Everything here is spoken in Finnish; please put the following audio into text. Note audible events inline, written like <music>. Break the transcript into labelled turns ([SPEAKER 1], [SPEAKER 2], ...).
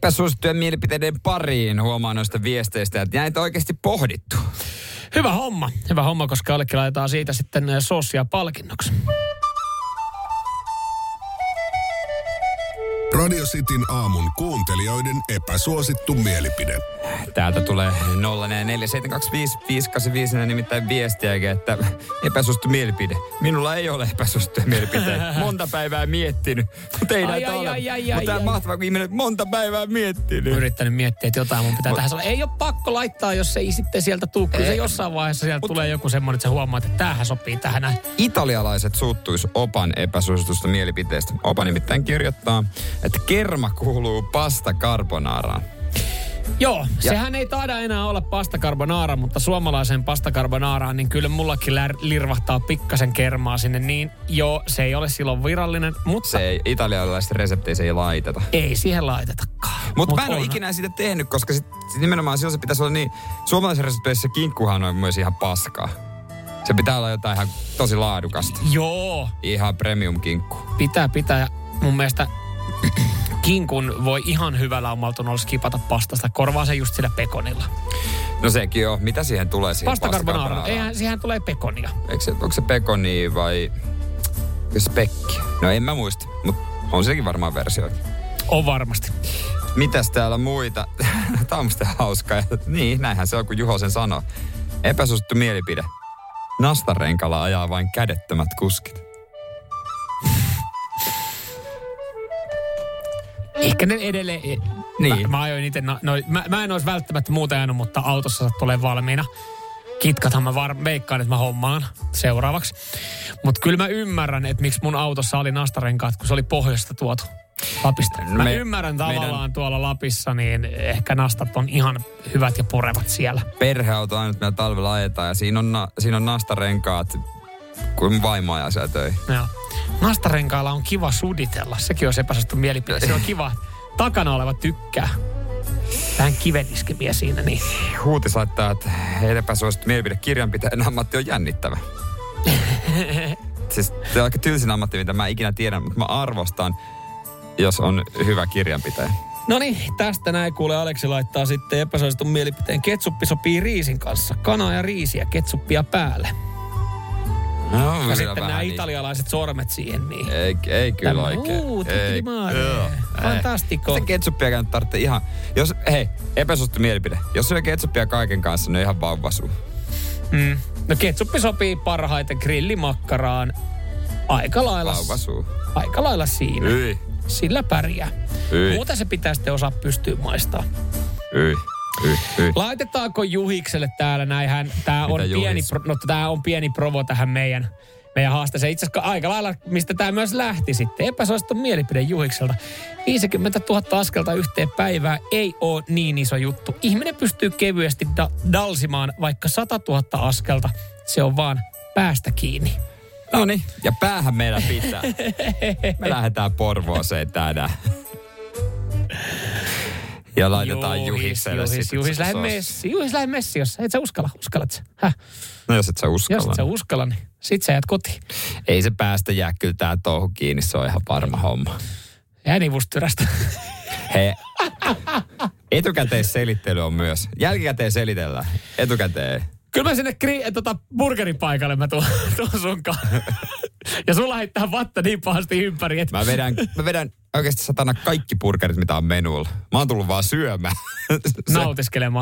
[SPEAKER 1] epäsuosittujen mielipiteiden pariin huomaa noista viesteistä, että näitä on oikeasti pohdittu.
[SPEAKER 2] Hyvä homma, hyvä homma, koska jollekin laitetaan siitä sitten sossia palkinnoksi.
[SPEAKER 3] Radio Cityn aamun kuuntelijoiden epäsuosittu mielipide.
[SPEAKER 1] Täältä tulee 047255854 nimittäin viestiäkin, että epäsuosittu mielipide. Minulla ei ole epäsuosittuja mielipiteitä. Monta päivää miettinyt, mutta ei
[SPEAKER 2] Ai,
[SPEAKER 1] näitä
[SPEAKER 2] ai,
[SPEAKER 1] ole.
[SPEAKER 2] ai, ai, ai,
[SPEAKER 1] Mutta tämä
[SPEAKER 2] ai.
[SPEAKER 1] mahtava, kun ihminen monta päivää miettinyt.
[SPEAKER 2] Yrittänyt miettiä, että jotain mun pitää
[SPEAKER 1] Mut-
[SPEAKER 2] tähän sanoa. Ei ole pakko laittaa, jos ei sitten sieltä tuu. Kyllä se
[SPEAKER 1] Ei.
[SPEAKER 2] jossain vaiheessa sieltä
[SPEAKER 1] Mut-
[SPEAKER 2] tulee joku semmoinen, että sä huomaat, että tämähän sopii tähän. näin.
[SPEAKER 1] Italialaiset suuttuis Opan epäsuositusta mielipiteestä. Opa nimittäin kirjoittaa, että kerma kuuluu pasta carbonaraan.
[SPEAKER 2] Joo, ja. sehän ei taida enää olla pasta carbonara, mutta suomalaiseen pasta carbonaaraan, niin kyllä mullakin lär, lirvahtaa pikkasen kermaa sinne. Niin joo, se ei ole silloin virallinen, mutta
[SPEAKER 1] Se
[SPEAKER 2] se.
[SPEAKER 1] ei, italialaisten resepteihin se ei laiteta.
[SPEAKER 2] ei siihen laitetakaan.
[SPEAKER 1] Mutta mä en ole
[SPEAKER 2] onhan-
[SPEAKER 1] ikinä sitä tehnyt, koska sit, sit nimenomaan silloin se pitäisi olla niin... Suomalaisessa resepteissä kinkkuhan on myös ihan paskaa. Se pitää olla jotain ihan tosi laadukasta.
[SPEAKER 2] Joo,
[SPEAKER 1] Ihan premium-kinkku.
[SPEAKER 2] pitää pitää. Mun mielestä <clears throat> kinkun voi ihan hyvällä omaltunnolla skipata pastasta. Korvaa se just sillä pekonilla.
[SPEAKER 1] No sekin on. Mitä siihen tulee siihen
[SPEAKER 2] Pasta carbonara.
[SPEAKER 1] pasta-carbonaraan?
[SPEAKER 2] Eihän, siihen tulee pekonia.
[SPEAKER 1] Eikö se, onko se pekoni vai spekki? No en mä muista, mutta on sekin varmaan versioita.
[SPEAKER 2] On varmasti.
[SPEAKER 1] Mitäs täällä muita? <laughs> Tämä on musta hauskaa. Niin, näinhän se on, kun Juho sen sanoo. Epäsuosittu mielipide. Nastarenkalla ajaa vain kädettömät kuskit.
[SPEAKER 2] Ehkä ne edelleen... e-
[SPEAKER 1] Niin.
[SPEAKER 2] Mä, mä ajoin itse... No, no, mä, mä, en olisi välttämättä muuta ajanut, mutta autossa sattuu olemaan valmiina. Kitkathan mä var, veikkaan, että mä hommaan seuraavaksi. Mutta kyllä mä ymmärrän, että miksi mun autossa oli nastarenkaat, kun se oli pohjoista tuotu. Lapista. Mä
[SPEAKER 1] Me-
[SPEAKER 2] me, ymmärrän
[SPEAKER 1] meidän-
[SPEAKER 2] tavallaan tuolla Lapissa, niin ehkä nastat on ihan hyvät ja purevat siellä.
[SPEAKER 1] Perheauto aina meillä talvella ajetaan ja siinä on, na, siinä on nastarenkaat, kun mun vaimo ajaa siellä töihin.
[SPEAKER 2] Joo. Nastarenkailla on kiva suditella. Sekin on epäsuosittu mielipide. Se on kiva. Takana oleva tykkää. Vähän kiveniskemiä siinä, niin
[SPEAKER 1] Huutis laittaa, että epäsuosittu mielipide kirjanpitäjän ammatti on
[SPEAKER 2] <laughs>
[SPEAKER 1] jännittävä. siis se on aika tylsin ammatti, mitä mä ikinä tiedän, mutta mä arvostan, jos on hyvä kirjanpitäjä.
[SPEAKER 4] No niin, tästä näin kuule Aleksi laittaa sitten epäsuositun mielipiteen. Ketsuppi sopii riisin kanssa. Kanaa ja riisiä, ketsuppia päälle.
[SPEAKER 1] No,
[SPEAKER 2] Ja
[SPEAKER 1] kyllä
[SPEAKER 2] sitten nämä
[SPEAKER 1] vähän niin.
[SPEAKER 2] italialaiset sormet siihen, niin...
[SPEAKER 1] Ei, ei kyllä
[SPEAKER 2] Tämä-
[SPEAKER 1] oikein.
[SPEAKER 2] Uu,
[SPEAKER 1] ei,
[SPEAKER 2] tiki mare.
[SPEAKER 1] Ei.
[SPEAKER 2] Fantastiko.
[SPEAKER 1] Sitä ketsuppiakaan nyt tarvitse ihan... Jos, hei, epäsuosittu mielipide. Jos syö ketsuppia kaiken kanssa, niin on ihan vauvasuu.
[SPEAKER 2] Mm. No ketsuppi sopii parhaiten grillimakkaraan. Aika lailla,
[SPEAKER 1] Vauvasuu.
[SPEAKER 2] aika lailla siinä.
[SPEAKER 1] Yi,
[SPEAKER 2] Sillä pärjää.
[SPEAKER 1] Ei.
[SPEAKER 2] Muuta se pitää sitten osaa pystyä maistaa.
[SPEAKER 1] yi, yi, yi.
[SPEAKER 2] Laitetaanko Juhikselle täällä näin? Hän, tää on,
[SPEAKER 1] Mitä
[SPEAKER 2] pieni,
[SPEAKER 1] Juhis?
[SPEAKER 2] pro, no, tää on pieni provo tähän meidän, meidän haasteeseen. Itse asiassa aika lailla, mistä tämä myös lähti sitten. Epäsuosittu mielipide Juhikselta. 50 000 askelta yhteen päivään ei ole niin iso juttu. Ihminen pystyy kevyesti da- dalsimaan vaikka 100 000 askelta. Se on vaan päästä kiinni.
[SPEAKER 1] No niin, ja päähän meidän pitää.
[SPEAKER 2] <laughs>
[SPEAKER 1] Me lähdetään Porvooseen tänään. Ja laitetaan Juhikselle
[SPEAKER 2] Juhis,
[SPEAKER 1] sit
[SPEAKER 2] Juhis, lähde
[SPEAKER 1] sos.
[SPEAKER 2] messi, Juhis, lähde messi, jos et sä uskalla. Uskallat sä? Häh?
[SPEAKER 1] No jos et sä
[SPEAKER 2] Jos
[SPEAKER 1] uskalla.
[SPEAKER 2] et sä uskalla, niin sit sä jäät kotiin.
[SPEAKER 1] Ei se päästä jää kyllä tää touhu kiinni, se on ihan varma homma.
[SPEAKER 2] Äänivustyrästä.
[SPEAKER 1] He. Etukäteen selittely on myös. Jälkikäteen selitellään. Etukäteen.
[SPEAKER 2] Kyllä mä sinne kri- tota, burgeripaikalle mä tuon, <laughs> tuon
[SPEAKER 1] <laughs>
[SPEAKER 2] sunkaan. ja sulla heittää vatta niin pahasti ympäri, että
[SPEAKER 1] Mä vedän, mä vedän oikeasti satana kaikki burgerit, mitä on menulla. Mä oon tullut vaan syömään. Se-
[SPEAKER 2] nautiskelemaan.